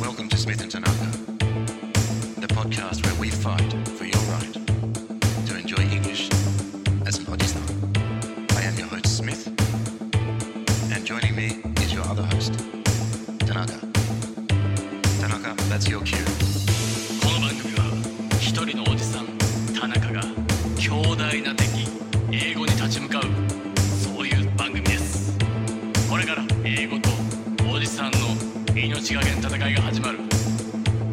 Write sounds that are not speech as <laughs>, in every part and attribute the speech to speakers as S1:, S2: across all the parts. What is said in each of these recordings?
S1: Welcome to Smith and Tanaka, the podcast where we fight for your right to enjoy English as an Odistan. I am your host, Smith, and joining me is your other host, Tanaka. Tanaka, that's your cue.
S2: この番組は一人のおじさん田中が強大な敵英語に立ち向かうそういう番組ですこれから英語とおじさんの命がけの戦いが始まる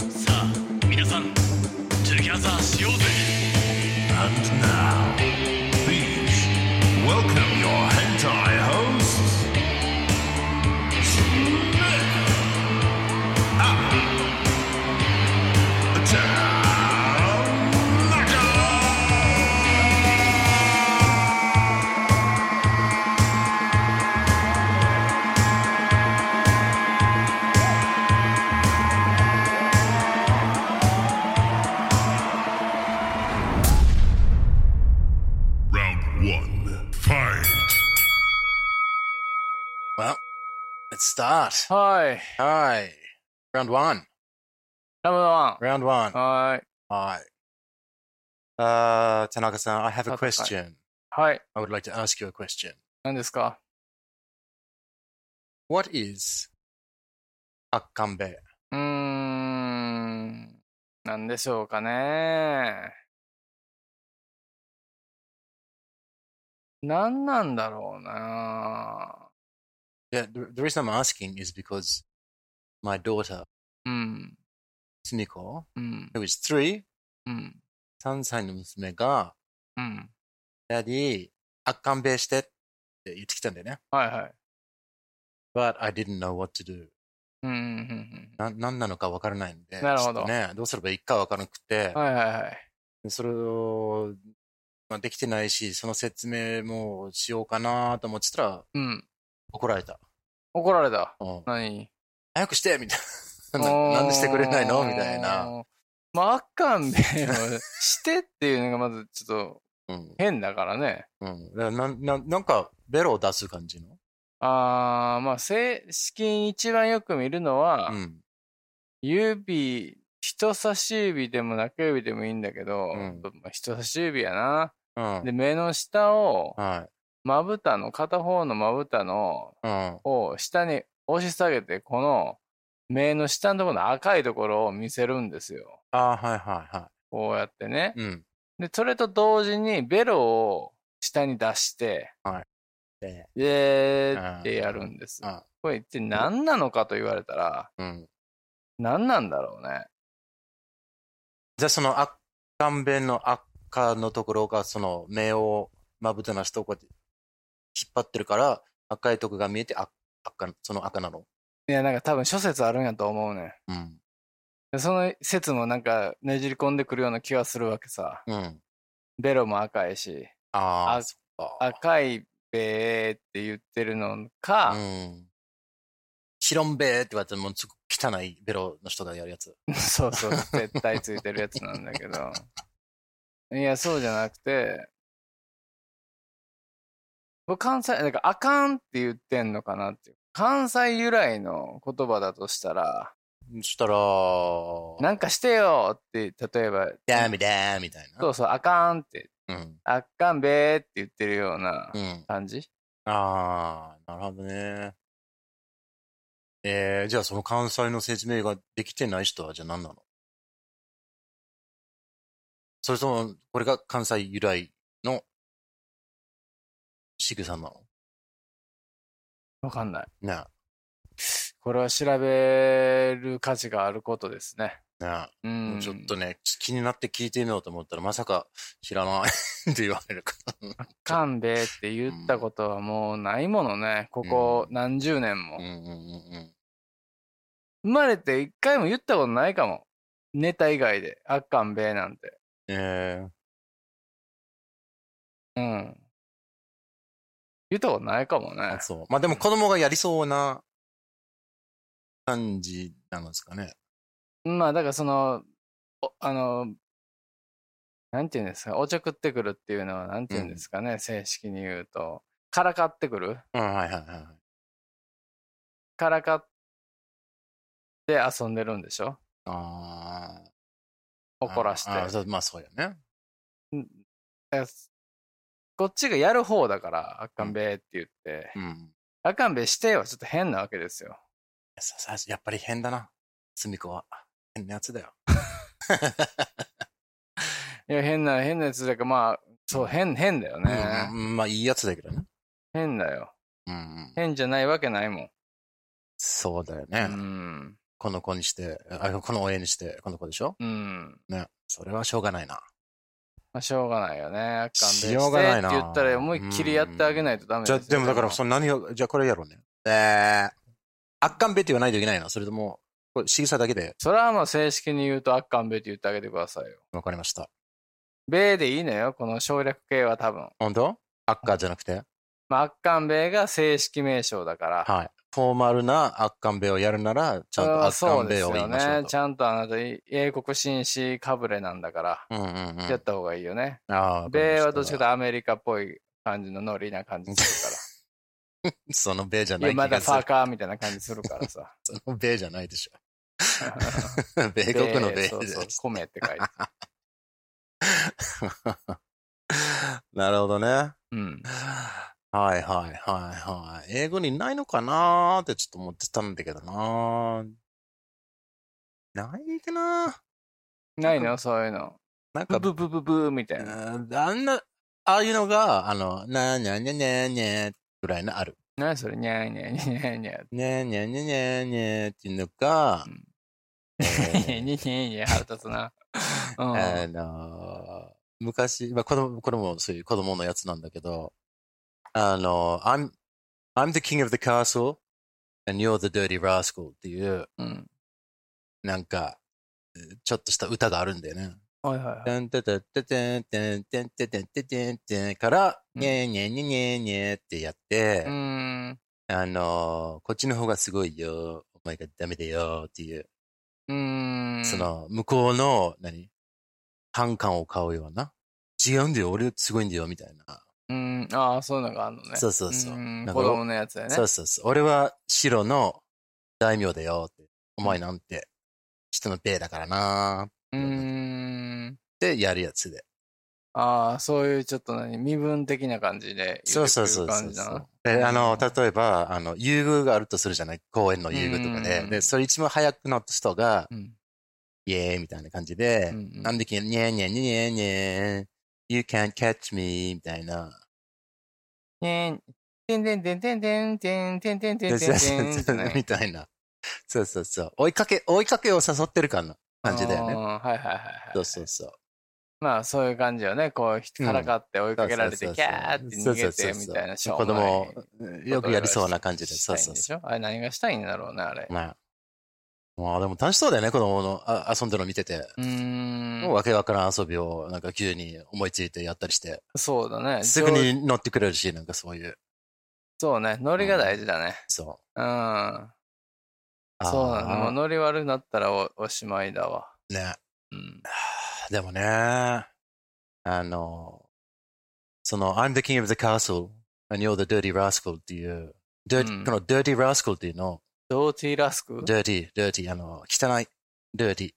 S2: さあ皆さんトゥギャザーしようぜ
S3: And now, please welcome your hentai hosts, Smith and Tanaka. Round one, fight.
S1: Well, let's start.
S4: はい。
S1: Hi. Round one.
S4: ラムダワ
S1: Round one.
S4: ン。はい。
S1: Hi. Uh, Tanaka san, I have a
S4: Tanaka-san.
S1: question.
S4: はい。
S1: I would like to ask you a question.
S4: 何ですか
S1: What is Akkambe?
S4: うーん。何でしょうかね。何なんだろうな。
S1: Yeah, the, the reason I'm asking is because my daughter,
S4: うん。
S1: Sumiko,
S4: うん。
S1: who is three,
S4: うん。
S1: 3歳の娘が、
S4: うん。
S1: Daddy, あっかんべしてって言ってきたんだよね。
S4: はいはい。
S1: But I didn't know what to do.
S4: うんうんうん
S1: な、なんなのかわからないんで。
S4: <laughs> なるほど
S1: ちょっとね、どうすればいいかわからなくて
S4: うん。、はいはいはい。
S1: それを、まあ、できてないし、その説明もしようかなと思ってたら、
S4: うん。
S1: 怒られた。
S4: 怒られた。
S1: うん
S4: 何
S1: 早くしてみたい
S4: <laughs>
S1: な。 <laughs> ななんでしてくれないのみたいな。
S4: な。まあ、あかんべをしてっていうのがまずちょっと
S1: うん。
S4: 変だからね。
S1: うん。だからなん、なん、なんか、ベロを出す感じの。
S4: ああ、まあ、正式に一番よく見るのは、
S1: うん。
S4: 指、人差し指でも中指でもいいんだけど、
S1: うん
S4: まあ人差し指やな。
S1: うん。
S4: で、目の下を、
S1: はい。
S4: まぶたの、片方のまぶたの、
S1: うん。
S4: を下に押し下げて、この、目の下のところの赤いところを見せるんですよ。
S1: ああ、はいはいは
S4: こうやってね。
S1: い。うん。
S4: で、それと同時に、ベロを下に出して、
S1: で、
S4: で
S1: あー
S4: ーってやるんです
S1: あ。
S4: これ一体何なのかと言われたら、
S1: うん。
S4: 何なんだろうね。
S1: じゃあその、あかんべんの赤のところが、その、目を、まぶたの下をこうやって引っ張ってるから、赤いとこが見えて、あ赤、その赤なの。
S4: いや、なんか多分諸説あるんやと思うねん
S1: うん。
S4: で。その説もなんかねじり込んでくるような気はするわけさ。
S1: うん。
S4: ベロも赤いし、
S1: ああ、
S4: あ
S1: そっか。
S4: 赤いべーって言ってるのか
S1: う、ん。白んべーって言われてもうすごく汚いベロの人がやるやつ。
S4: <laughs> そうそう、絶対ついてるやつなんだけど。いや、そうじゃなくて、僕関西、なんか、あかんって言ってんのかなっていう。関西由来の言葉だとしたら、
S1: そしたら、
S4: なんかしてよって、例えば、
S1: ダメだーみたい
S4: そ
S1: な。
S4: うそう、あかんって
S1: うん。
S4: あっかんべーって言ってるような
S1: うん。
S4: 感じ、
S1: ああ、なるほどね。えー、じゃあその関西の説明ができてない人はじゃあ何なのそれとも、これが関西由来の仕草なの
S4: わかんない。
S1: No,
S4: これは調べる価値があることですね。
S1: no.
S4: うん。
S1: ちょっとね、気になって聞いてみようと思ったら、まさか知らない <laughs> って言われるから。
S4: 勘兵衛って言ったことはもうないものね。ここ
S1: うん
S4: 何十年も
S1: うん。うんうん
S4: 生まれて一回も言ったことないかも。ネタ以外で。あっかんべえなんて。
S1: うん。え
S4: うん。言ったことないかも
S1: ー
S4: ね
S1: あ、。そう。まあでも子供がやりそうな感じなんですかね。
S4: まあだからその、おあの、なんて言うんですか、おちょくってくるっていうのはなんて言うんですかね、正式に言うと。からかってくる
S1: うん、はいはいはい。
S4: からかって遊んでるんでしょ
S1: ああ。
S4: 怒らし
S1: あー
S4: て。
S1: そうまあそうやね。
S4: えこっちがやる方だから、あっかんべえって言って
S1: う、ん。
S4: あっかんべえしてよ、ちょっと変なわけですよ。
S1: ささやっぱり変だな。すみこは。変なやつだよ。
S4: いや、変な、変なやつだから、まあ、そう、変、変だよね。
S1: うんうん、まあいいやつだけどね。
S4: 変だよ。
S1: うんうん。
S4: 変じゃないわけないもん。
S1: そうだよ
S4: う
S1: ね。
S4: ん。
S1: この子にして、あこの親にして、この子でしょ
S4: うん。
S1: ね。それはしょうがないな。
S4: まあ、しょうがないよね。あっかんべ
S1: しようがないな
S4: してって言ったら、思いっきりやってあげないとダメ
S1: じゃあ、
S4: す
S1: で
S4: よ
S1: もだから、
S4: も
S1: その何を、じゃあこれやろうね。えー、悪感べって言わないといけないのそれとも、これ、仕草だけで
S4: それはもう正式に言うと、あっかんべって言ってあげてくださいよ。
S1: 分かりました。
S4: べーでいいのよ、この省略形は多分。
S1: 本当悪感じゃなくて
S4: まあ、あっかんべが正式名称だから。
S1: はい。フォーマルな悪感べをやるなら、ちゃんと悪
S4: そう
S1: 感
S4: です
S1: べを言
S4: よ
S1: いましょう
S4: ね。
S1: と。
S4: ちゃんとあなた、英国紳士かぶれなんだから、
S1: うんうんうん。
S4: やった方がいいよね。
S1: ああ、
S4: 米はどっちかという
S1: だ。
S4: とアメリカっぽい感じのノリな感じす
S1: <laughs>
S4: るか
S1: そのべじゃ
S4: ら。
S1: ないい
S4: や、
S1: 気
S4: まだ
S1: が
S4: フ
S1: す
S4: ァー
S1: る。
S4: カーみたいな感じするか
S1: <laughs>
S4: らさ。
S1: そのべじゃないでし
S4: <laughs>
S1: ょ。米国の米
S4: そうそう
S1: です。、
S4: 米って書いて。
S1: なるほどね。
S4: うん。
S1: はいはいはいはい。英語にないのかなーってちょっと思ってたんだけどなーないかなー
S4: な
S1: <laughs>
S4: いのそういうの。
S1: なんか、
S4: ブブブブブーみたいな。
S1: うんあんな、ああいうのが、あの、なーにゃにゃにゃにゃぐらいのある。
S4: 何それにゃーにゃーにゃーにゃー
S1: にゃにゃにゃにゃにゃっていうのが、
S4: うん
S1: え
S4: に <laughs> ゃ
S1: ー
S4: ーにゃーにゃー腹立つな。うん。
S1: あのー昔、まあ、子供、これもそういう子供のやつなんだけど、あのー I'm, I'm the king of the castle and you're the dirty rascal っていう、
S4: うん。
S1: なんか、ちょっとした歌があるんだよね。
S4: はいはいはい。
S1: てんててててんてんてんてんてんてんてんてんから、
S4: うん
S1: にゃーにゃーにゃーにゃーにゃーってやっ
S4: うー
S1: て、
S4: ん。
S1: あのーこっちの方がすごいよ。お前がダメだよっていう、
S4: うーん。
S1: そ、の、向こうの、何反感を買うような。違うんだよ、俺すごいんだよ、みたいな。
S4: うん。ああ、そういうのがあるのね。
S1: そうそうそうんなんか
S4: 子供のやつだよね
S1: そう。そうそう。俺は白の大名だよって。お前なんて、人のペイだからなーっ
S4: うーん。
S1: てやるやつで。
S4: ああ、そういうちょっと何、身分的な感じで言
S1: そう
S4: ってく
S1: そうそ
S4: る
S1: うそ
S4: 感
S1: う
S4: じだ
S1: そ
S4: な
S1: う。。で、あの、例えば、あの、優遇があるとするじゃない公園の優遇とか
S4: う
S1: で。
S4: ん
S1: で、それ一番早くなった人が、
S4: うん。
S1: イエーイみたいな感じで
S4: う、ん
S1: なんでき、にゃーにゃーにゃーにゃー、you can't catch me みたいな。
S4: ねてんてんてんてんてんてんてんてん <laughs> てんてんてんてんてん
S1: みたいな。そうそうそう。追いかけ、追いかけを誘ってる感の感じだよ
S4: あ
S1: ね。
S4: ーはいはいはいはい。
S1: そうそうそう。
S4: まあそういう感じよね。こう、からかって追いかけられて、
S1: そう
S4: キ
S1: そうそう
S4: ャーって逃げ
S1: そう
S4: て
S1: そうそう
S4: みたいな。
S1: 子供、よくやりそうな感じで。
S4: そ
S1: そうう
S4: そ
S1: そうう
S4: し
S1: そ
S4: ょあれ何がしたいんだろうね、あれ
S1: う。。まあ、まあでも楽しそうだよね、子供のあ遊んでるの見てて。
S4: うー。
S1: もうんわけわからん遊びをなんか急に思いついてやったりして、
S4: そうだね。
S1: すぐ
S4: 上
S1: に乗ってくれるし、なんかそういう、
S4: そうね。ノリが大事だね。
S1: そう。
S4: うん。
S1: あー
S4: そうなの。もうノリ悪くなったらおおしまいだわ。
S1: ね。
S4: うん。
S1: でもね、あの、その、I'm the king of the castle and you're the dirty rascal っていう、dirty
S4: うん
S1: この dirty rascal っていうの、
S4: ドーティーラスク
S1: dirty, dirty, あの、汚い、dirty,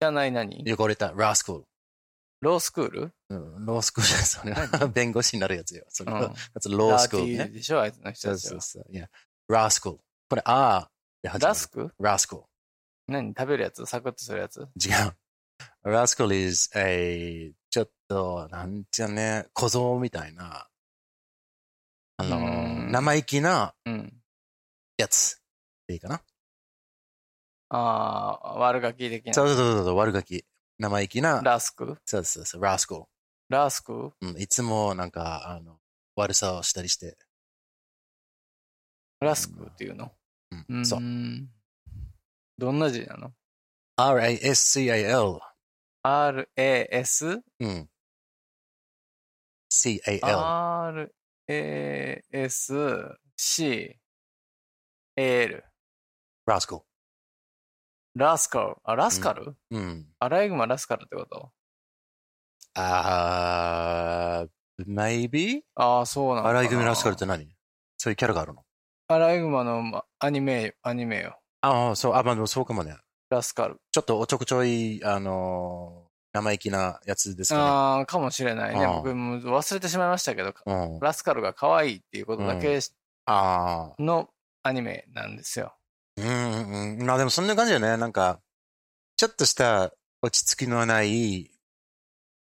S4: 汚い何
S1: 汚れた rascal。
S4: ロースクール
S1: うんロースクールだよそれは。弁護士になるやつよ。それ
S4: うん
S1: は。that's ロースクール
S4: ダーティー
S1: ね。
S4: でしょあいつの人
S1: そう
S4: たち
S1: そ
S4: は
S1: う。そう。いや、ラスクル。これ、あーで始ま
S4: ラ
S1: る
S4: スク
S1: ラスクル。
S4: 何食べるやつサクッとするやつ
S1: 違う。ラスクル is a, ちょっと、なんちゃね、小僧みたいな、あの
S4: う
S1: ー、
S4: ん
S1: 生意気な
S4: うん。
S1: やつでいいかな。
S4: ああ、悪ガキ的
S1: そ
S4: な。
S1: うそうそうそう、悪ガキ。生意気な、
S4: ラスク
S1: そうそうそう、ラスコ
S4: ラスク
S1: ル。うん、いつもなんか、あの、悪さをしたりして。
S4: ラスクっていうの
S1: うん、そうう。
S4: ーんどんな字なの
S1: R-A-S-C-A-L。
S4: ?R-A-S?
S1: うん。C-A-L。
S4: R-A-S-C-A-L。
S1: ラスコ
S4: ラスカル。あ、ラスカル、
S1: ル。うん。
S4: アライグマラスカルってこと
S1: あー、maybe?
S4: ああ、そうなのかな。
S1: アライグミラスカルって何そういうキャラがあるの
S4: アライグマのまアニメ、アニメよ。
S1: ああ、そう、あ、まあでもそうかもね。
S4: ラスカル。
S1: ちょっとおちょくちょい、あのー生意気なやつですか
S4: ああ、かもしれないね。
S1: あー
S4: 僕も忘れてしまいましたけど、
S1: ね。うん。あ
S4: ラスカルが可愛いっていうことだけ
S1: あー。
S4: のアニメなんですよ。
S1: うんうんうん。まあでもそんな感じだよね。なんか、ちょっとした落ち着きのない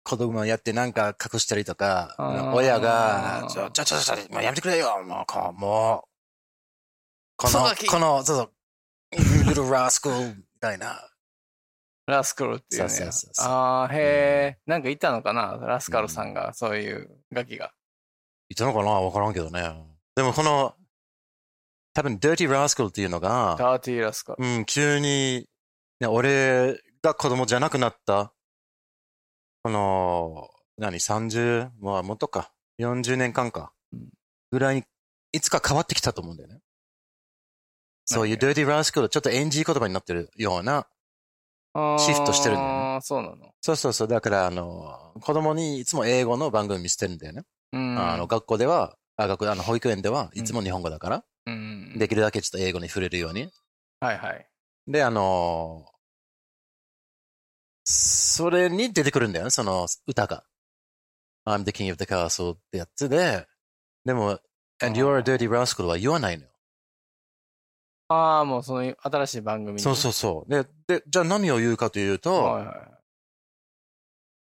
S1: 子供がやってなんか隠したりとか、
S4: あー
S1: 親が、ちょ、ちょ、ちょ、ちょ、もうやめてくれよもう、こう、もう。この
S4: クソガキ、
S1: この、そうそう、ルルラスクみたいな。
S4: ラスカルっていうね。
S1: そうそうそうそう
S4: ああ、へえ、なんかいたのかなラスカルさんが、そういうガキが。
S1: いたのかなわからんけどね。でもこの、多分、Dirty Rascal っていうのが、
S4: ダーティーラスカル。
S1: うん、急に、ね、俺が子供じゃなくなった、この、何、30、まあ、もっとか、40年間か
S4: うん、
S1: ぐらいに、いつか変わってきたと思うんだよね。そういう
S4: な
S1: dirty rascal、ちょっとエンジー言葉になってるような、シフトしてるんだよね
S4: ああ、そうなの。
S1: そうそうそう、だから、あの、子供にいつも英語の番組見せてるんだよね。
S4: うん。
S1: あの、学校では、あ、学あの、保育園ではいつも日本語だから、
S4: うん、
S1: できるだけちょっと英語に触れるように
S4: はいはい。
S1: で、あのーそれに出てくるんだよね、その歌が。I'm the king of the castle ってやつで、でも、and you're a dirty rascal は言わないのよ。
S4: ああ、もうその新しい番組に
S1: そうそうそう。で、でじゃあ何を言うかという
S4: は
S1: と、
S4: いはい。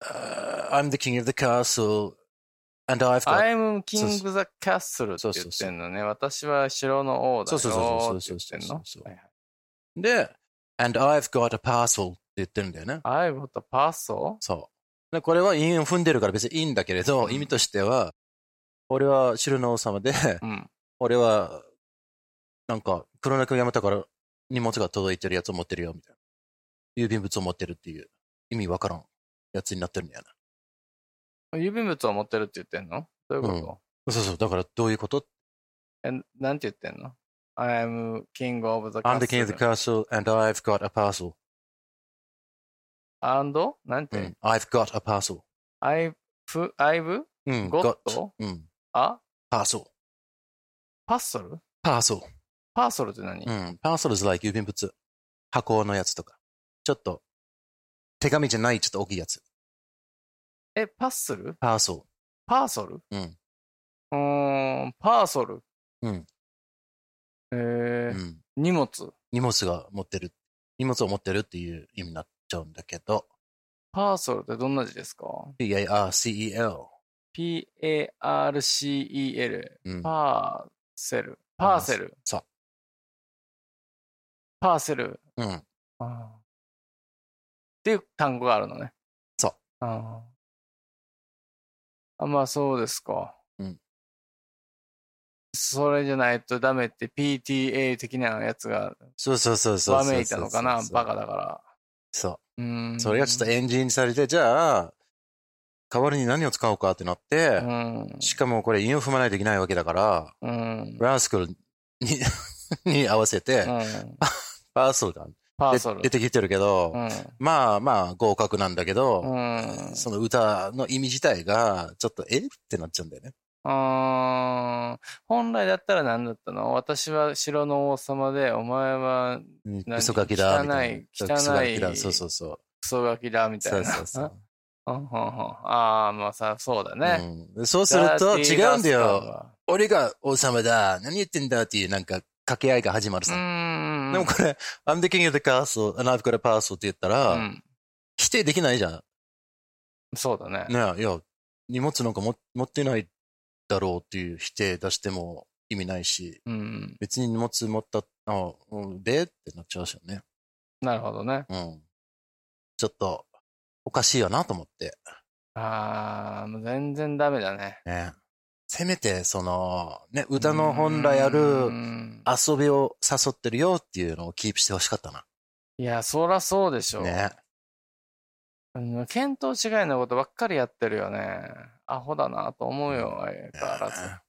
S1: Uh, I'm the king of the castle and I've got...
S4: I'm King the Castle って言ってんのね。私は城の王だよ
S1: そうそう
S4: って
S1: そう
S4: 言ってんの。
S1: そうそうそうそう
S4: はい
S1: で、and I've got a parcel って言ってるんだよね。
S4: はい I've got a parcel?
S1: そう。で、これは韻を踏んでるから別にいいんだけれど、意味としては、俺は汁の王様で、
S4: うん。
S1: 俺は、なんか、黒猫山田から荷物が届いてるやつを持ってるよ、みたいな。郵便物を持ってるっていう、意味わからんやつになってるんだよ
S4: 郵便物を持ってるって言ってんのどういうこ
S1: な。そうそう、だからどういうこと
S4: と、え、なんて言ってんの ?I'm King of the
S1: ?I'm the king of the
S4: Castle.
S1: castle and I've got a parcel.
S4: And? なんて、
S1: うん I've got a parcel.
S4: I've, I've
S1: うん、
S4: got?
S1: got うん、
S4: あ
S1: parcel.
S4: パッソル
S1: parcel.
S4: パーソルって何、
S1: うん、parcel is like 郵便物。箱のやつとか。ちょっと、手紙じゃないちょっと大きいやつ。
S4: え、パッソル
S1: parcel.
S4: パーソル
S1: うん
S4: うーん、パーソル。
S1: うん。
S4: え
S1: う
S4: ー
S1: ん。
S4: 荷物。
S1: 荷物が持ってる。荷物を持ってるっていう意味になっちゃうんだけど。
S4: パーソルってどんな字ですか
S1: P-A-R-C-E-L。
S4: ?P-A-R-C-E-L。
S1: うん。
S4: パーセル。パーセル。
S1: そう。
S4: パーセル。
S1: うん。
S4: あーっていう単語があるのね。。
S1: そう
S4: あーあまあそうですか。
S1: うん。
S4: それじゃないとダメって PTA 的なやつが
S1: そうそうそうそう。
S4: わめいたのかなバカだか
S1: そ
S4: ら。うーん。
S1: う。それがちょっと
S4: え
S1: エンジンにされて、じゃあ、代わりに何を使おうかってなって、
S4: うん。
S1: しかもこれ、韻を踏まないといけないわけだから、
S4: うん。
S1: ラスクルに <laughs> に合わせて、 <laughs>
S4: うん
S1: パーソルが
S4: パー
S1: で
S4: ソル。
S1: 出てきてるけど、
S4: うん。
S1: まあまあ合格なんだけど、
S4: うん
S1: その歌の意味自体が、ちょっと、えってなっちゃうんだよね。
S4: うーん本来だったら何だったの私は城の王様で、お前は
S1: うん
S4: 何
S1: クソガキだ、みたい
S4: 汚い
S1: な。クソガキ
S4: 汚
S1: だ、
S4: い
S1: そうそうそう。
S4: クソガキだ、みたい
S1: そう
S4: な。
S1: そうそう。
S4: うんうんうんああ、まあさ、そうだね。
S1: うん、そうすると違うんだよ。
S4: よ。
S1: 俺が王様だ。何言ってんだっていうなんか掛け合いが始まる
S4: う
S1: さ。
S4: ーん。
S1: でもこれ、I'm the king of the castle and I've got a parcel って言ったら、
S4: うん、
S1: 否定できないじゃん。ね
S4: そうだね。
S1: えいや、荷物なんかも持ってないだろうっていう否定出しても、意味ないし、
S4: うん。
S1: 別に荷物持った、あうんでってなっちゃうしね。
S4: なるほどね。
S1: うん。ちょっと、おかしいよなと思って。
S4: あー、もう全然ダメだね。
S1: ね。せめて、その、ね、歌の本来ある
S4: うん
S1: 遊びを誘ってるよっていうのをキープしてほしかったな。
S4: いや、そらそうでしょう。
S1: ね。
S4: うん見当違いのことばっかりやってるよね。アホだなと思うよ、相変わらず。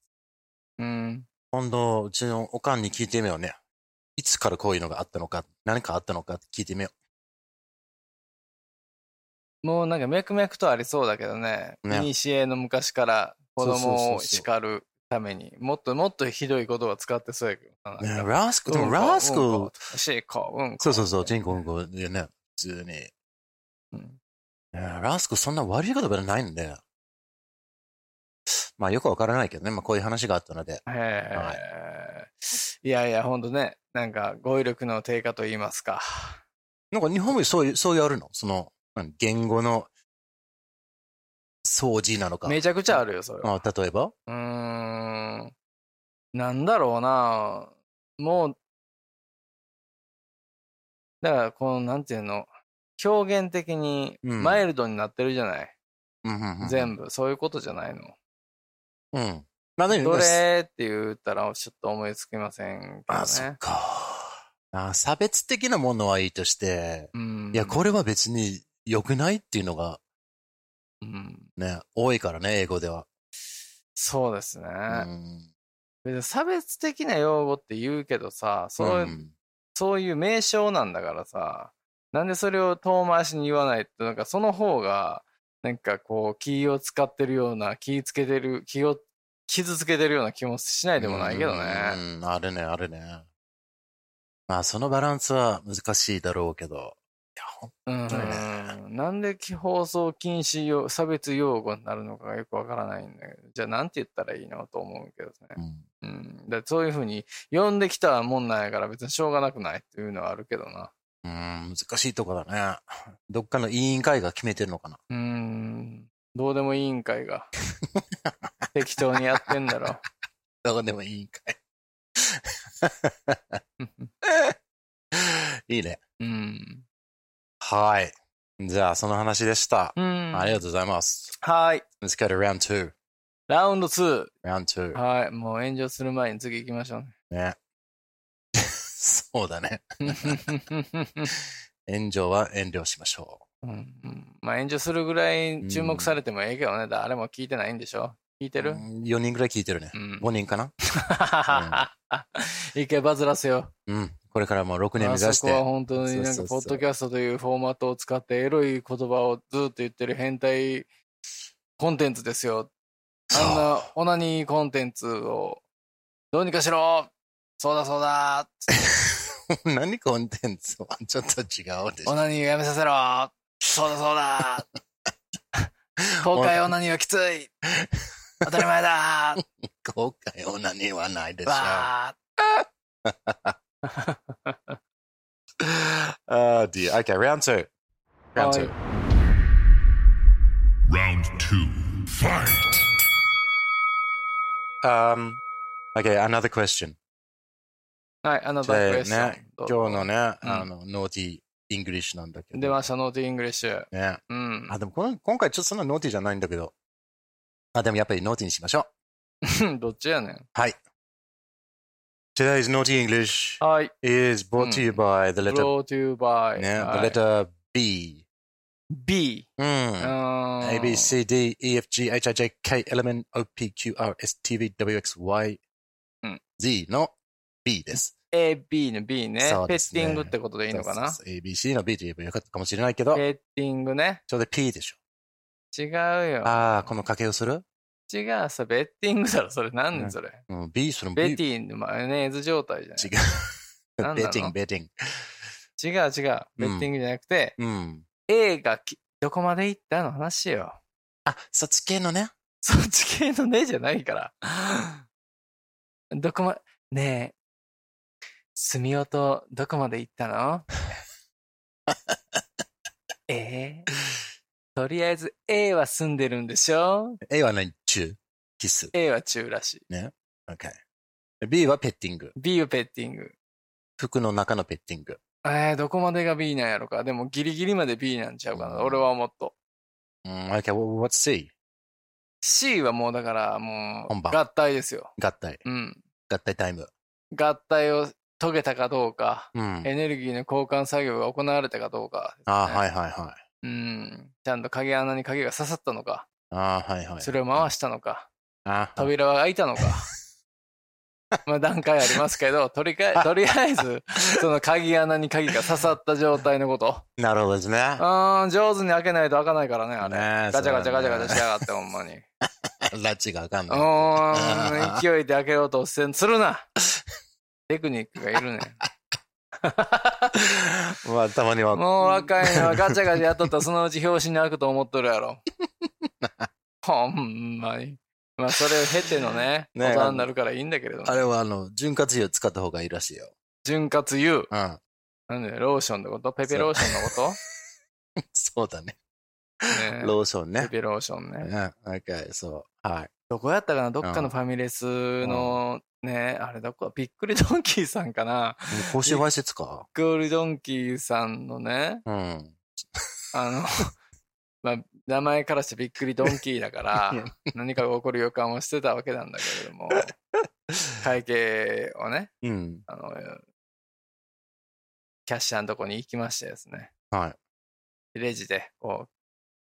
S4: うん。
S1: 今度、うちのおかんに聞いてみようね。いつからこういうのがあったのか、何かあったのか聞いてみよ
S4: もうなんかめくめくとありそうだけどね。
S1: ね
S4: いにしえの昔から子
S1: そうそう
S4: 供
S1: そう
S4: を
S1: そう
S4: 叱るために、もっともっとひどい言葉を使ってそうやけどな。
S1: う。ね、
S4: なんか
S1: ラスク、で
S4: う
S1: も
S4: んこ
S1: ラスク、
S4: うんこシーコ、うんこ。
S1: そうそうそう、人口うんこでね、普通に。ね
S4: うん
S1: ラスクそんな悪い言葉じゃないんで。まあよくわからないけどね、まあこういう話があったので。
S4: へえ、い、やいや、ほんとね、なんか語彙力の低下と言いますか。
S1: なんか日本もそういう、そういうあるのその、何言語の掃除なのか。
S4: めちゃくちゃあるよ、それは。
S1: あ例えば
S4: うーん。なんだろうな。もう、だから、この、なんていうの、表現的に
S1: うん
S4: マイルドになってるじゃない。
S1: うんうんうん。
S4: 全部、そういうことじゃないの。
S1: うん。まあでも
S4: どれって言ったら、ちょっと思いつきませんけど
S1: あ、そっ
S4: ね。
S1: か。あ差別的なものはいいとして、
S4: うん。
S1: いや、これは別に良くないっていうのが
S4: うん
S1: ね、多いからね、英語では。
S4: そうですね。
S1: うん。
S4: 別に差別的な用語って言うけどさ、そういう、
S1: ん
S4: そういう名称なんだからさ、なんでそれを遠回しに言わないって、なんかその方が、なんかこう、気を使ってるような、気つけてる、気を傷つけてるような気もしないでもないけど
S1: う
S4: ね。
S1: ん、あるね、あるね。まあ、そのバランスは難しいだろうけど。いや、ほん
S4: うん
S1: 当にね
S4: なんで放送禁止用、差別用語になるのかがよくわからないんだけど、じゃあなんて言ったらいいのと思うけどね。
S1: うん
S4: うん。だからそういうふうに、呼んできたもんなんやから別にしょうがなくないっていうのはあるけどな。
S1: うん、難しいとこだね。どっかの委員会が決めてるのかな。
S4: うーん、どうでもいいんか
S1: <laughs>
S4: いが。適当にやってんだろ。
S1: どこでも委員
S4: <laughs>
S1: 会。いいね。
S4: うん。
S1: はい。じゃあ、その話でした。
S4: うん。
S1: ありがとうございます。
S4: はい。
S1: Let's go to round two.
S4: ラウンド2。
S1: Round two.
S4: はい。もう炎上する前に次行きましょう
S1: ね。そうだね。
S4: ね。
S1: 炎上は遠慮しましょ。
S4: <laughs> うんうんまあ炎上するぐらい注目されてもええけどね。誰も聞いてないんでしょ聞いうてる、
S1: うん4人ぐらい聞いてるね
S4: う。ん
S1: 5人かな
S4: <laughs> 一回バズらせよ
S1: うん。これからも6
S4: う。
S1: 年目
S4: あ
S1: 指し
S4: そこは
S1: て。
S4: 本当になん
S1: そ
S4: か、
S1: う
S4: ポ
S1: そうそう
S4: ッドキャストというフォーマットを使ってエロい言葉をずっと言ってる変態コンテンツですよあんなオナニーコンテンツをどうにかしろそうだそうだ
S1: そう <laughs> 何コンテンツはちょっと違うでし
S4: オ
S1: ょ。
S4: ナニーをやめさせろそうだそ
S1: <laughs>
S4: うだ公開オナニーはきつい当たり前だ <laughs>
S1: 後悔を何はないでしょ。
S4: わ
S1: Oh dear. Okay, round two. Round two.
S3: Round two. Fight.
S1: Um, okay, another question.
S4: ーはいあのバックレ
S1: で
S4: ッショ
S1: ね
S4: ン、どうぞ
S1: 今日のね、
S4: うん
S1: あの、ノーティーイングリッシュなんだけど。
S4: 出ましたノーティーイングリッシュ
S1: ね。
S4: うん
S1: あ、でもこの、今回ちょっとそんなノーティーじゃないんだけど。あ、でもやっぱりノーティーにしましょう。
S4: <laughs> どっちやねん
S1: Today's Naughty English
S4: はい
S1: is brought to you by the letter,
S4: Blow to by
S1: ね、
S4: はい
S1: the letter B.
S4: B
S1: うん。A, B, C, D, E, F, G, H, I, J, K, L, M, N, O, P, Q, R, S, T, V, W, X, Y,
S4: うん
S1: Z の B です。
S4: AB の B ね
S1: そう
S4: ペ
S1: で
S4: ッ
S1: すね
S4: ティングってことでいいのかな
S1: そうそうそう A, B, C の B と言えばよかったかもしれないけど、
S4: ペッティングね
S1: ちょうど P でしょ。
S4: 違うよ
S1: ああ、この掛けをする、
S4: 違うさ、ベッティングだろ、それ。何ねんそれ。
S1: うん、?B その B。
S4: ベティのマヨネーズ状態じゃ
S1: 違
S4: な
S1: う。
S4: ん
S1: <laughs> ベ
S4: なの
S1: ッティング、ベッティング。
S4: ない。違う違う。ベッティングじゃなくて、
S1: うん。
S4: A がきどこまで行ったの話よ。
S1: あ、そっち系のね。
S4: そっち系のねじゃないから。どこま、ねえ、住夫とどこまで行っ
S1: <laughs>
S4: たのええとりあえず A は住んでるんでしょ
S1: A は何中キス。
S4: ?A は中らしい。
S1: OK。 B はペッティング。
S4: B をペッティング。
S1: 服の中のペッティング。
S4: えー、どこまでが B なんやろか。でもギリギリまで B なんちゃうか
S1: う
S4: な。
S1: ん
S4: 俺は思っと。
S1: うん、okay, well, what's C?
S4: C はもうだからも
S1: 本
S4: う
S1: 番
S4: 合体ですよ。
S1: 合体。
S4: うん。
S1: 合体タイム。
S4: 合体を遂げたかどうか、
S1: うん。
S4: エネルギーの交換作業が行われたかどうか、
S1: あーはいはいはい。
S4: うん。ちゃんと鍵穴に鍵が刺さったのか、
S1: あーはいはい。
S4: それを回したのか、
S1: あー
S4: 扉は開いたのか。まあ段階あります
S1: <laughs>
S4: けど、とりかえとりあえず、その鍵穴に鍵が刺さった状態のこと。
S1: なるほどですね。
S4: うーん、上手に開けないと開かないからね、あれ。
S1: ねえ
S4: ガチャガチャガチャ
S1: そうだね
S4: ガチャしやがって、ほんまに。
S1: ラッチがあかん
S4: う
S1: ない。
S4: ーん、勢いで開けようとせん、するなテクニックがいるね。
S1: まあ、たまには。
S4: もう若いのはガチャガチャやっとったらそのうち表紙に開くと思っとるやろ。ほんまに。まあ、それを経てのね、
S1: <laughs> ね
S4: 大人になるからいいんだけれども
S1: あ。れは、あの、潤滑油使った方がいいらしいよ。
S4: 潤滑油。
S1: うん。
S4: なんで、ローションのことペペローションのこ
S1: そうだね。
S4: と、ね、
S1: ローション
S4: ペ
S1: ね。
S4: ペローション
S1: う
S4: ね。
S1: ん。OK、そう。はい。
S4: どこやったかなどっかのファミレスの、ね、あれどこびっくりドンキーさんかな
S1: 公衆わいせつか
S4: ゴールドンキーさんのね、
S1: うん。
S4: あの、 <laughs> まあ、名前からしてびっくりドンキーだから、何かが起こる予感をしてたわけなんだけれども、会計をね、
S1: うん。
S4: あの、キャッシャーのとこに行きましてですね、
S1: は
S4: レジで、こう、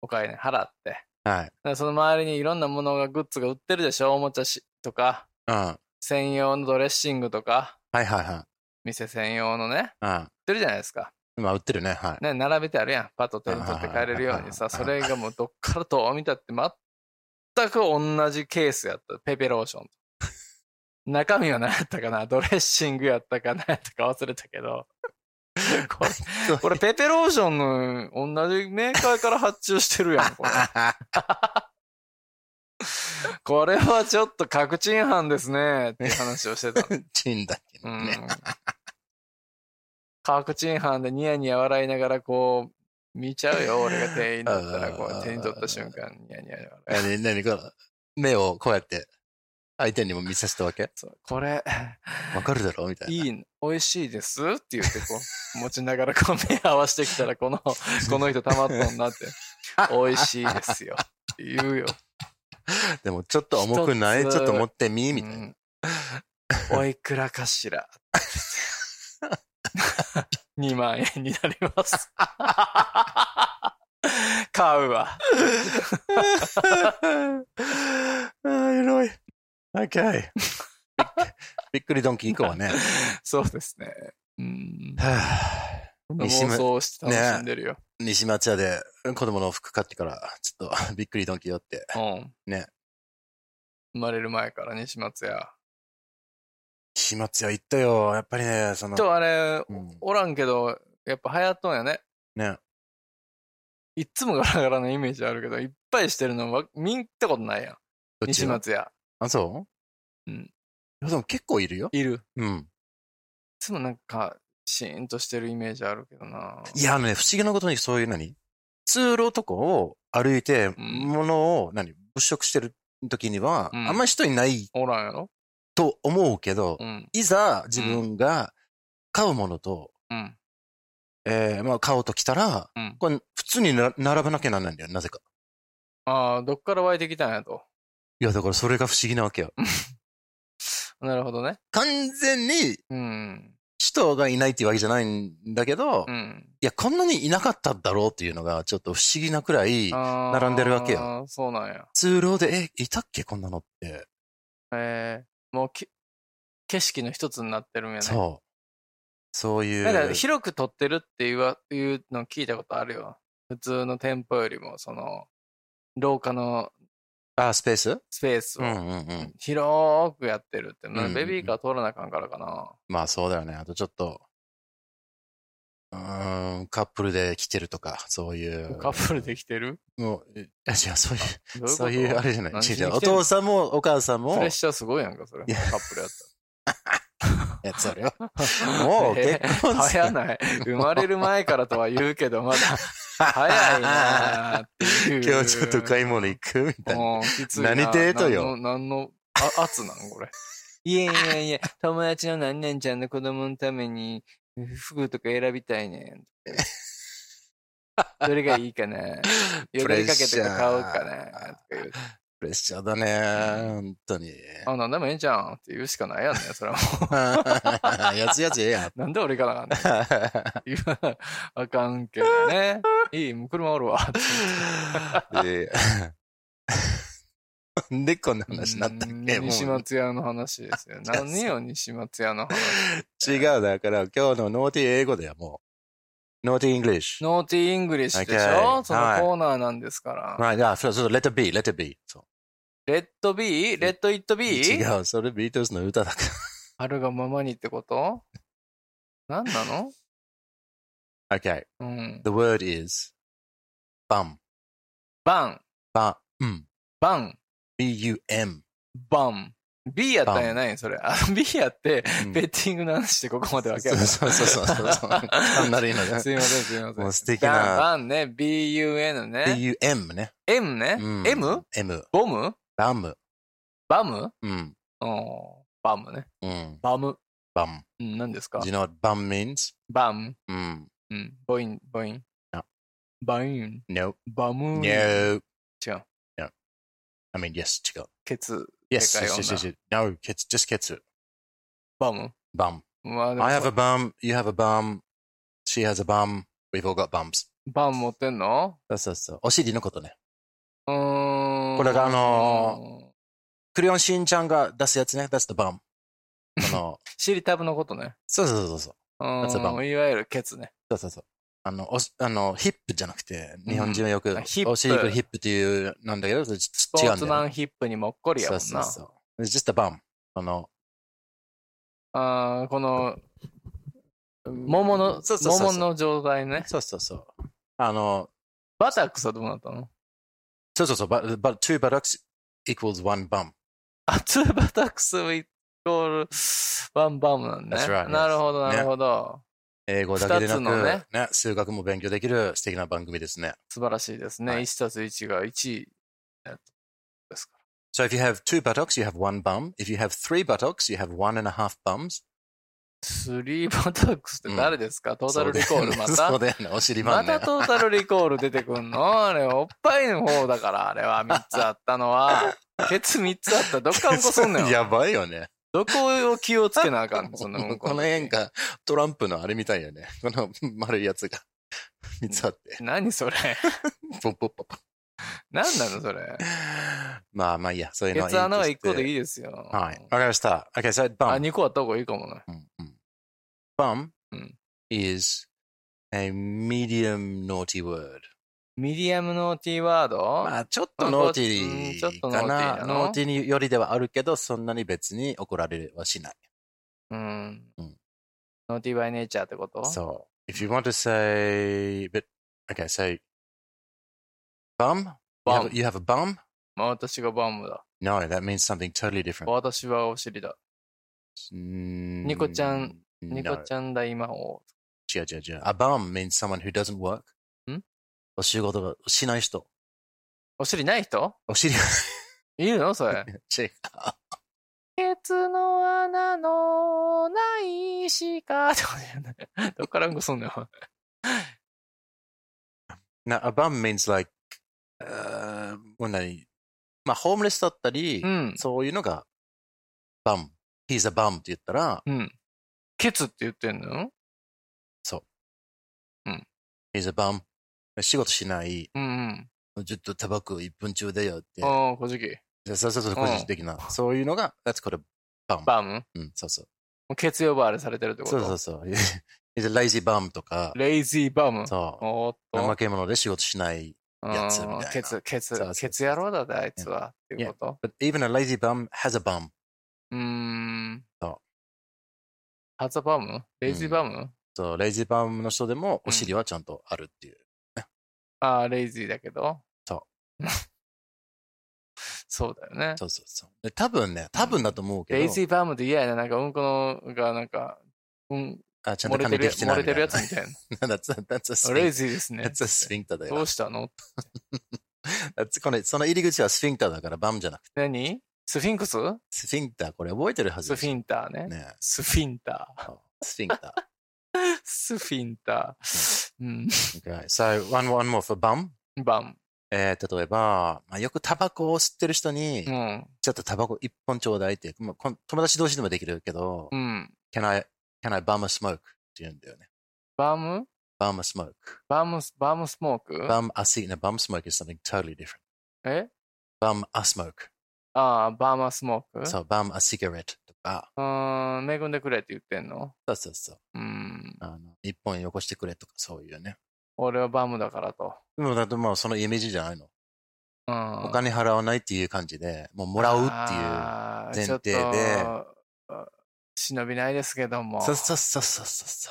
S4: お金払って、だか
S1: い。はい。
S4: らその周りにいろんなものが、グッズが売ってるでしょおもちゃしとか、
S1: うん。はい
S4: 専用のドレッシングとか、
S1: はいは
S4: 店専用のね、売っ
S1: い。うん。
S4: てるじゃないですか。
S1: 今売ってるね。はい。 <laughs>
S4: ね、並べてあるやん。パッと手に取って帰れるように
S1: は
S4: さ、
S1: い
S4: そ
S1: はい
S4: れがもうどっからどう見たって全く同じケースやった。ペペローションと。中身は何やったかなドレッシングやったか何やったか忘れたけど。
S1: <laughs>
S4: これ、これペペローションの同じメーカーから発注してるやん、これ。これはちょっと確信犯ですね、っていう話をしてたの。
S1: チンだけ
S4: う
S1: ど <laughs>
S4: ん
S1: ね。。
S4: 確信犯でニヤニヤ笑いながらこう、見ちゃうよ、俺が店員だったら、こ
S1: あー
S4: う、手に取った瞬間、ニヤニヤ笑い。
S1: 何、何この目をこうやって、相手にも見させたわけ
S4: そう
S1: <laughs>
S4: これ、
S1: わかるだろみたいな。
S4: いい、美味しいですって言って、こう、持ちながらこう目合わせてきた
S1: <laughs>
S4: ら、この、この人たまっとんなって、美味しいですよって言うよ。
S1: でも、ちょっと重くないち
S4: 一つ
S1: ょっと持って <laughs> みみたいな。
S4: うんおいくらかしら <laughs> 2万円になり
S1: <laughs>
S4: ます買うわ
S1: あー、エロい。OK。びっくりドンキー以降はね。
S4: そうですねうん
S1: はあ
S4: 妄
S1: 西村
S4: 想をして楽しんでるよ、
S1: 西町屋で子供の服買ってから、ちょっとびっくりドンキー寄って、
S4: うん
S1: ね
S4: 生まれる前から西松屋
S1: 西松屋行ったよ。やっぱりね、その、
S4: とあれ
S1: うん
S4: おらんけどやっぱ流行っとんやね
S1: ね、
S4: いっつもガラガラのイメージあるけどいっぱいしてるのは見に行ったことないやん
S1: どっち
S4: 西
S1: よ
S4: 松屋
S1: あ、そう
S4: う
S1: い
S4: ん
S1: やでも結構いるよ。
S4: いる
S1: うん。
S4: いつもなんか、シーンとしてるイメージあるけどな。
S1: いや、あのね、不思議なことにそういう何通路とかを歩いて、
S4: ん
S1: 物を何物色してる時には、
S4: うん
S1: あんまり人いない
S4: おらんやろ
S1: と思うけど、
S4: うん。
S1: いざ自分が買うものと、
S4: うん。
S1: えーまあ買おうときたら、
S4: うん
S1: これ普通にな並べなきゃなんないんだよ、なぜか。
S4: ああ、どっから湧いてきたんやと。
S1: いや、だからそれが不思議なわけよ。
S4: なるほどね。
S1: 完全に
S4: うん。
S1: 人がいないっていうわけじゃないんだけど、
S4: う
S1: い
S4: ん。
S1: や、こんなにいなかっただろうっていうのがちょっと不思議なくらい、並
S4: 並
S1: んでるわけよ。
S4: そうなんや。
S1: 通路で、え、いたっけこんなのって。
S4: えー、もうき、景色の一つになってるんやね。
S1: そう。そういう。
S4: なんか広く撮ってるっていうわいうの聞いたことあるよ。普通の店舗よりも、その、廊下の
S1: あ、スペース
S4: スペース
S1: うん
S4: を
S1: うんうん。
S4: 広くやってるって。まあ
S1: うん
S4: ベビーカー通らなあかんからかな。
S1: まあそうだよね。あとちょっと、うーん、カップルで来てるとか、そういう。
S4: カップルで来てる
S1: もう、いや違う、そういう、
S4: どういうこと
S1: そういうあれじゃない。
S4: 何し
S1: 違う違
S4: に
S1: う。お
S4: 来てんの
S1: 父さんもお母さん
S4: プ
S1: も
S4: レッ、シャーすごいやんか、それ。カ
S1: いや
S4: ップルやっ
S1: いやそれは、
S4: たら。
S1: もう結婚する
S4: 早ない。生まれる前からとは言うけど、まだ早いなあっていう。
S1: <laughs> 今日ちょっと買
S4: い
S1: い物行くみたいな。
S4: もうきついな。
S1: 何デートよ
S4: 何の、何のあ圧なんこれ。 <laughs> いやいやいや、友達の何々ちゃんの子供のために服とか選びたいね
S1: <laughs>
S4: ん。どれがいいかな
S1: <laughs>
S4: よ
S1: プ
S4: だ
S1: レ
S4: れ
S1: ッ
S4: かけ
S1: シ
S4: と
S1: ャー
S4: か買おうかなとか言う。
S1: プレッシャーだね、本当
S4: <laughs>
S1: に。
S4: あ、なんでもええじゃんって言うしかないやんね、それはも
S1: やつやつええやん。
S4: う。なん <laughs> で俺かなあかんねん言わ <laughs> あかんけ
S1: <laughs>
S4: どね。いい、もう車おるわ。
S1: ええなんでこんな話になったっ
S4: うん
S1: けも
S4: 西
S1: う
S4: 松屋の話ですよ。何よ、西松屋の話。
S1: 違う、だから今日のノーティー英語だよ、もう。ノーティーイングリッシュ。
S4: ノーティーイングリッシュでし
S1: Okay
S4: ょその
S1: はい
S4: コーナーなんですから。
S1: まあ、じゃあ、そうそう、let it be, let it be. そう
S4: レッドビーレッドイットビー
S1: 違う、それビートルズの歌だか
S4: あるがままにってこと何なの
S1: ら。okay, <laughs>
S4: うん。
S1: the word is, バン、
S4: バン、
S1: バン、うん、
S4: バン、
S1: b-u-m.
S4: バン。B やったんやないそれ。あ、B やって、
S1: うん
S4: ベッティングの話してここまでわ
S1: そ
S4: け
S1: う
S4: やから
S1: そうそうそうそう。単なる今ね
S4: <laughs> すいません、すいません。
S1: もう素敵な
S4: バンバンね、BUN ね。
S1: b-u-m ね。
S4: M ね。
S1: うん、
S4: M?
S1: ?m,
S4: ボム
S1: ラム。
S4: バム
S1: うん、
S4: うん。バムね。
S1: うん、
S4: バム。
S1: バン。
S4: うん、何ですか
S1: Do you know what bum means?
S4: バム。
S1: Mm.
S4: うん。ボイン、ボイン
S1: あ。
S4: バイン。
S1: No.
S4: バム。
S1: No.
S4: 違う。
S1: I mean, yes, chico.
S4: ケツ。
S1: Yes,
S4: Okay,
S1: yes, yes, yes, yes. No, kids, just ketsu.
S4: バム。
S1: Bum.
S4: まあでも
S1: I have a bum. You have a bum. She has a bum. We've all got bums.
S4: バン持ってんの
S1: そうそうそう。お尻のことね。
S4: うーん。
S1: これがあのクレヨンしんちゃんが出すやつね。That's the bum. あ
S4: <laughs>
S1: の、
S4: シリタブのことね。
S1: そうそうそうそう。
S4: うー
S1: That's a bum.
S4: ん。いわゆるケツね。
S1: そうそうそう。あの、おしあの、ヒップじゃなくて、日本人はよく、
S4: んあヒップ
S1: お尻とヒップっていう、なんだけど、ち
S4: スポ
S1: 違
S4: ー
S1: うんだ
S4: ツマ
S1: よ、
S4: ン
S1: ね。
S4: ヒップにもっこりやも
S1: そ
S4: ん
S1: うそう
S4: な。
S1: そう。It's just a bum. あの、
S4: あーこの、桃の、
S1: そうそうそうそう
S4: 桃の状態ね。
S1: そうそうそう。あの、
S4: バタックスはどうなったの
S1: そうそうそう。But, but two buttocks equals one bum.
S4: あ、ツーバタックスイコール、バンバムなんだね。
S1: That's right, yes.
S4: なるほど、なるほど。
S1: 英語だけでな
S4: 二つ
S1: く、
S4: の
S1: ね
S4: ね
S1: 数学も勉強できる素敵な番組ですね。
S4: 素晴らしいですね。
S1: はい
S4: 1たす1が1。
S1: So if you have two buttocks, you have one bum. If you have three buttocks, you have one and a half bums.
S4: スリーバタックスって誰ですか、トータルリコールま
S1: そ
S4: た
S1: うだよね。そうだよねお尻
S4: ま
S1: 番ね。
S4: たトータルリコール出てくんのあれ、おっぱいの方だから、あれは3つあった
S1: <laughs>
S4: のは。ケツ3つあったらどっからうんこすんのよ。
S1: やばいよね。
S4: どこを気をつけなあかんのそんなうんこ。
S1: この辺がトランプのあれみたいよね。 <laughs> この丸いやつが。 <laughs> 三つあって。
S4: 何それ
S1: ポッポッポッポ。
S4: 何なのそれ
S1: まあまあいいや、そういう
S4: ケ
S1: <laughs> のはいい
S4: ツ
S1: として
S4: 穴は1個でいいですよ。
S1: はい。わかりました。Okay, so
S4: あ、
S1: bum.
S4: 2個あった方がいいかもね。
S1: うんうん Bum
S4: うん
S1: is a medium naughty word.
S4: ミディアムノーティーワード、
S1: まあ、ちょっとノーティ
S4: うんちょっ
S1: ー
S4: と
S1: か
S4: ノーティ
S1: な。
S4: ーなの
S1: ノーティーによりではあるけど、そんなに別に怒られはしない。
S4: うん
S1: うん。
S4: ノーティーバイネイチャーってこと
S1: そう。If you want to say, but, okay, say, bum? You have,
S4: Bum.
S1: you have a bum?
S4: まあ私がバンムだ。
S1: No, that means something totally different.
S4: 私はお尻だ。
S1: ニ
S4: ニコちゃん、ニコち
S1: ゃん。
S4: ゃん大魔王。
S1: 違う違う違う。A bum means someone who doesn't work.
S4: ん
S1: お仕事がしない人。
S4: お尻ない人
S1: お尻 <laughs> が
S4: いるのそれ。
S1: 違う。
S4: ケツの穴のないしか。って <laughs> ことだよねどっからうんこすんのよ。
S1: な、a bum means like, uh, もう何まあ、ホームレスだったり、
S4: うん。
S1: そういうのが、バン。he's a bum って言ったら、
S4: うん。ケツって言ってんの
S1: he's a bum。仕事しない。
S4: うんうん。
S1: ちょっとタバコ1分中だよって。
S4: ああ、こじき。
S1: そうそうそう、個人的な。そういうのが、that's called a bum。
S4: バムも
S1: うん、そうそう。
S4: うケツ呼ばわれされてるってこと
S1: そうそうそう。he's <laughs> a lazy bum とか、
S4: レイジーバム。
S1: そ
S4: おーっ
S1: う。
S4: と。
S1: 怠け者で仕事しない。やつみたいな
S4: うんケツ、ケ
S1: そうそう
S4: ツ
S1: そう、
S4: ケツ野郎だぜ、あいつは。っていうこと
S1: But even a lazy bum has a bum.
S4: うーん。
S1: そう
S4: ハザバムレイジーバム、
S1: そう、lazy bum の人でもお尻はちゃんとあるっていう。
S4: ああ、レイジーだけど。。
S1: そう
S4: <laughs> そうだよね。
S1: そうそうそう。で多分ね、多分だと思うけど、
S4: レイジーバムで嫌やな。なんか、うんこのが、なんか、うん、
S1: あちゃんと
S4: 漏れて
S1: 髪
S4: る、
S1: できてな
S4: 漏
S1: い
S4: れ
S1: みた
S4: て
S1: い
S4: る
S1: な。
S4: やつみたい
S1: <laughs> that's a, that's a
S4: な。レイ
S1: sphincter.
S4: ジーですね。
S1: That's a sphincter だ
S4: ど
S1: よ
S4: う。したの
S1: That's- このその入り口はスフィンクターだからバムじゃなくて。
S4: 何スフィンクス
S1: スフィンター、これ覚えてるはず
S4: ス
S1: で
S4: フ
S1: す
S4: ィンターね。
S1: ね
S4: スフィンター。
S1: スフィンタ
S4: スフィンター。うん。
S1: ー。okay. So, one, one more for bum.
S4: バン。
S1: えー例えば、まあ、よくタバコを吸ってる人に、
S4: うん。
S1: ちょっとタバコ一本ちょうだいって、まあ、こん友達同士でもできるけど、
S4: うん。
S1: can I, can I bum a smoke? って言うんだよね。
S4: バム
S1: bum a smoke.
S4: バムス、バムスモーク
S1: bum a c e no, bum smoke is something totally different.
S4: え
S1: bum a smoke.
S4: ああ、バーマスモーク
S1: そう、bum a cigarette とか、
S4: うーん、恵んでくれって言ってんの
S1: そうそうそう。
S4: うん。
S1: あの、一本よこしてくれとかそういうね。
S4: 俺はバムだからと。
S1: でもだってもうそのイメージじゃないの。
S4: うん。
S1: お金払わないっていう感じで、もうもらうっていう。
S4: あー
S1: 前提で
S4: ちょっとあ忍びないですけども、
S1: そうそうそうそうそうそ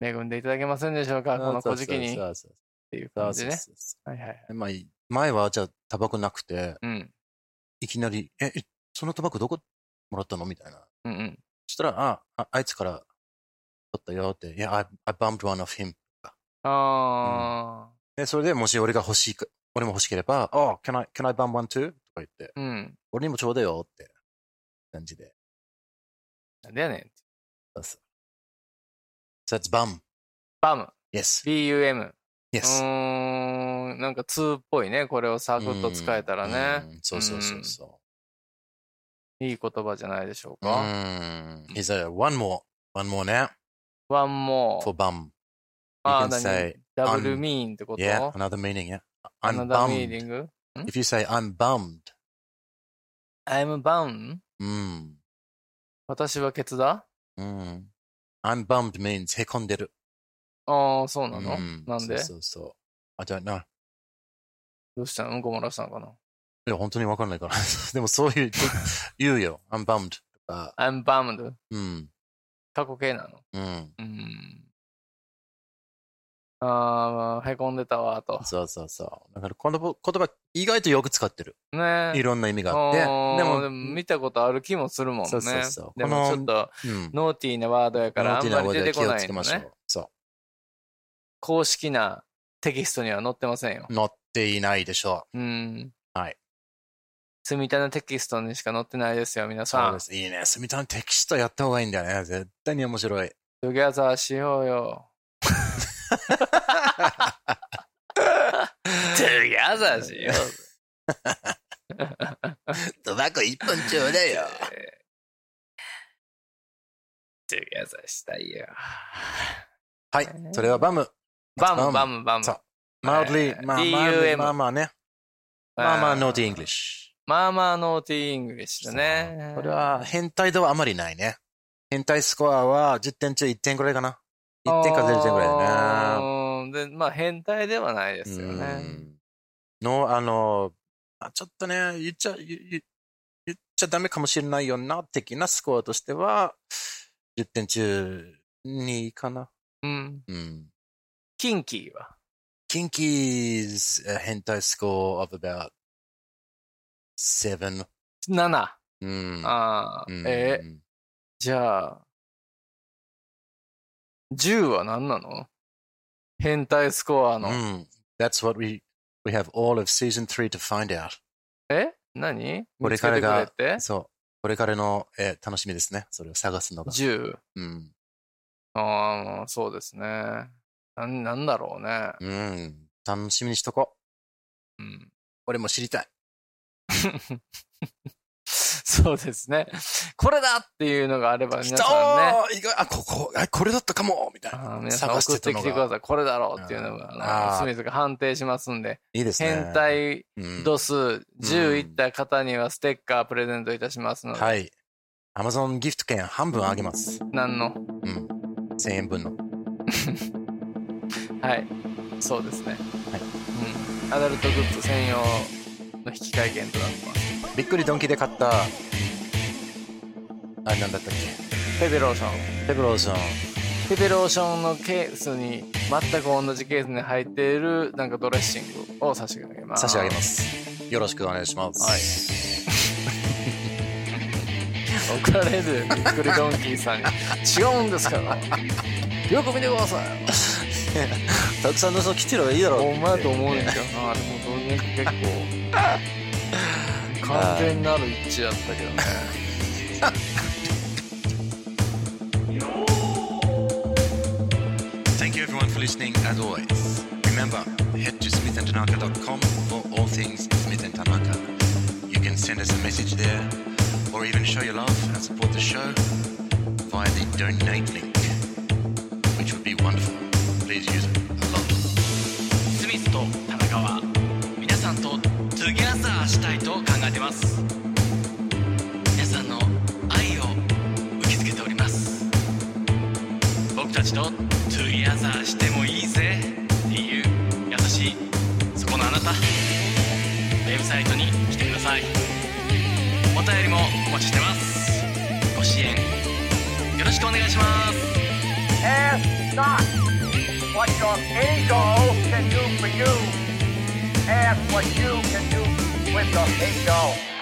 S1: う。
S4: 恵んでいただけませんでしょうか、この小じきに。っ
S1: そうそう
S4: ていう
S1: そ
S4: 感
S1: うそ
S4: じ
S1: う
S4: ね。
S1: そうそ
S4: はいはい。
S1: う。まあ、前はじゃあタバコなくて、
S4: うん。
S1: いきなり、え、えそのタバコどこもらったのみたいな。
S4: うんうん。
S1: そしたら、あ、ああいつから取ったよって、いや、I, I bumped one of him.
S4: あ
S1: で、それでもし俺が欲しいか、俺も欲しければ、oh, can I, can I bump one too? とか言って、
S4: ーうん。
S1: 俺にもちょうだよって感じで。
S4: なんでやねん。
S1: So that's bum.
S4: バム。
S1: Yes.
S4: BUM。う
S1: Yes.
S4: ーん。なんか2っぽいね。これをサクッと使えたらね。
S1: うん。そうそうそうそ
S4: いい言葉じゃないでしょう
S1: う。う
S4: か。
S1: ん。He's a one more. One more now
S4: ワンモ
S1: for
S4: ー。
S1: bum.
S4: あ
S1: You
S4: ー
S1: can
S4: 何
S1: say,
S4: ダブルミーンってこと
S1: yeah, another meaning, yeah.
S4: ア
S1: I'm
S4: ナダミーデ
S1: bummed.
S4: ィング
S1: If you say I'm bummed,
S4: ?I'm bound?
S1: うん。
S4: 私はケツだ
S1: うん。I'm bummed means へこんでる。
S4: ああ、そうなの、
S1: うん
S4: なんで
S1: そうそうそう。I don't know.
S4: どうしたのうんこ漏らしたのかない
S1: や、本当にわかんないから。 <laughs> でもそういう、言うよ。I'm bummed. とか
S4: ?I'm bummed.
S1: うん。
S4: 過去形なの。
S1: うん。
S4: うん。ああ、へこんでたわ、と。
S1: そうそうそう。だからこの言葉、意外とよく使ってる。
S4: ね
S1: い
S4: え。
S1: ろんな意味があ
S4: あ
S1: って。で
S4: ー
S1: も、
S4: でも見たことある気もするもんね。
S1: そうそうそう
S4: でも
S1: こ
S4: ち
S1: の
S4: ょっと
S1: うん。
S4: ノーティーなワードやからあんまり出てこ
S1: 気を
S4: な
S1: つ
S4: い
S1: け
S4: の
S1: ましょ
S4: ね。
S1: う。そ
S4: 公式なテキストには載ってませんよ
S1: う。。乗っていないでしょ
S4: うん。
S1: はい。
S4: 積みたなテキストにしか載ってないですよ、皆
S1: う。そ
S4: さ
S1: うんで。す。いいね。スミタンテキストやった方がいいんだよね。絶対に面白い。
S4: トゥギャザーしよ
S1: <laughs>
S4: うよ。トゥギャザーしよう。
S1: トバコ一本ちょうだいよ。
S4: トゥギャザーしたいよ。
S1: はい。それはバム。
S4: バムバ
S1: ム。
S4: ムバム
S1: そ。うマウドリー。まあ、マウドリ
S4: BUM
S1: ー。まあまあね。まあまあ、ノーティーイングリッ
S4: シュ。
S1: シュ。
S4: まあまあノーティーイングリッシュだね。
S1: これは変態度はあまりないね。変態スコアは10点中1点ぐらいかな。1点か0点ぐらいだね。
S4: ね。で、まあ変態ではないですよ
S1: う
S4: ね。
S1: んの、あの、あちょっとね、言っちゃ、言言言っちゃダメかもしれないよな、的なスコアとしては、10点中2かな。
S4: うん。
S1: うん。
S4: キンキーは。
S1: Kinky's uh, hentai score of about 7.
S4: 7。
S1: うん。
S4: ああ、
S1: うん
S4: えー、じゃあ、10は何なの変態スコアの。
S1: Mm, that's what we we have all of season three to find out.
S4: え何
S1: こ
S4: 見
S1: れ
S4: つけ
S1: から
S4: てく
S1: が
S4: れって
S1: そう。これからの、えー楽しみですね。それを探すのが。
S4: ?10。
S1: うん。
S4: ああ、そうですね。なんなんだろうね。
S1: うん。楽しみにしとこう。
S4: うん、 <laughs>
S1: 俺も知りたい。
S4: そうですね。これだっていうのがあれば皆
S1: 来
S4: さんね。
S1: たー意外あ、ここ、あ、これだったかもみたい
S4: あ
S1: な
S4: ー。皆さん送ってきてください。これだろうっていうのが、あ
S1: あー
S4: のスミスが判定しますんで、
S1: い。いいですね。
S4: 変態
S1: うん
S4: 度数10いった方にはステッカープレゼントいたしますので、
S1: はい。アマゾンギフト券半分あげます。
S4: 何の
S1: うん。1000円分の。
S4: はい、そうですね。
S1: はい
S4: うん、アダルトグッズ専用の引き換え券となってます。
S1: びっくりドンキで買った、あ、なんだったっけ。
S4: ペペローション。
S1: ペブローソン。
S4: ペペローションのケースに、全く同じケースに入っている、なんかドレッシングを差し上げます。。
S1: 差し上げますす。よろしくお願いします。
S4: はい怒られるよびっくりドンキーさんに。違うんですから。よく見てください。
S1: <laughs> たくさんの人 <laughs> 来てればいいだろう
S4: ほんまやと思うんですよな。でも、どうにか結構。完全なる一致やったけどね。
S5: Thank you everyone for listening as always. Remember, head to smithandtanaka.com for all things Smith and Tanaka. You can send us a message there or even show your love and support the show via the donate link, which would be wonderful. Please use it a lot.
S2: スミスと田中は皆さんとトゥギャザーしたいと考えてます皆さんの愛を受け付けております僕たちとトゥギャザーしてもいいぜっていう優しいそこのあなたウェブサイトに来てくださいお便りもお待ちしてますご支援よろしくお願いします
S6: Ask not what your ego can do for you. Ask what you can do with your ego.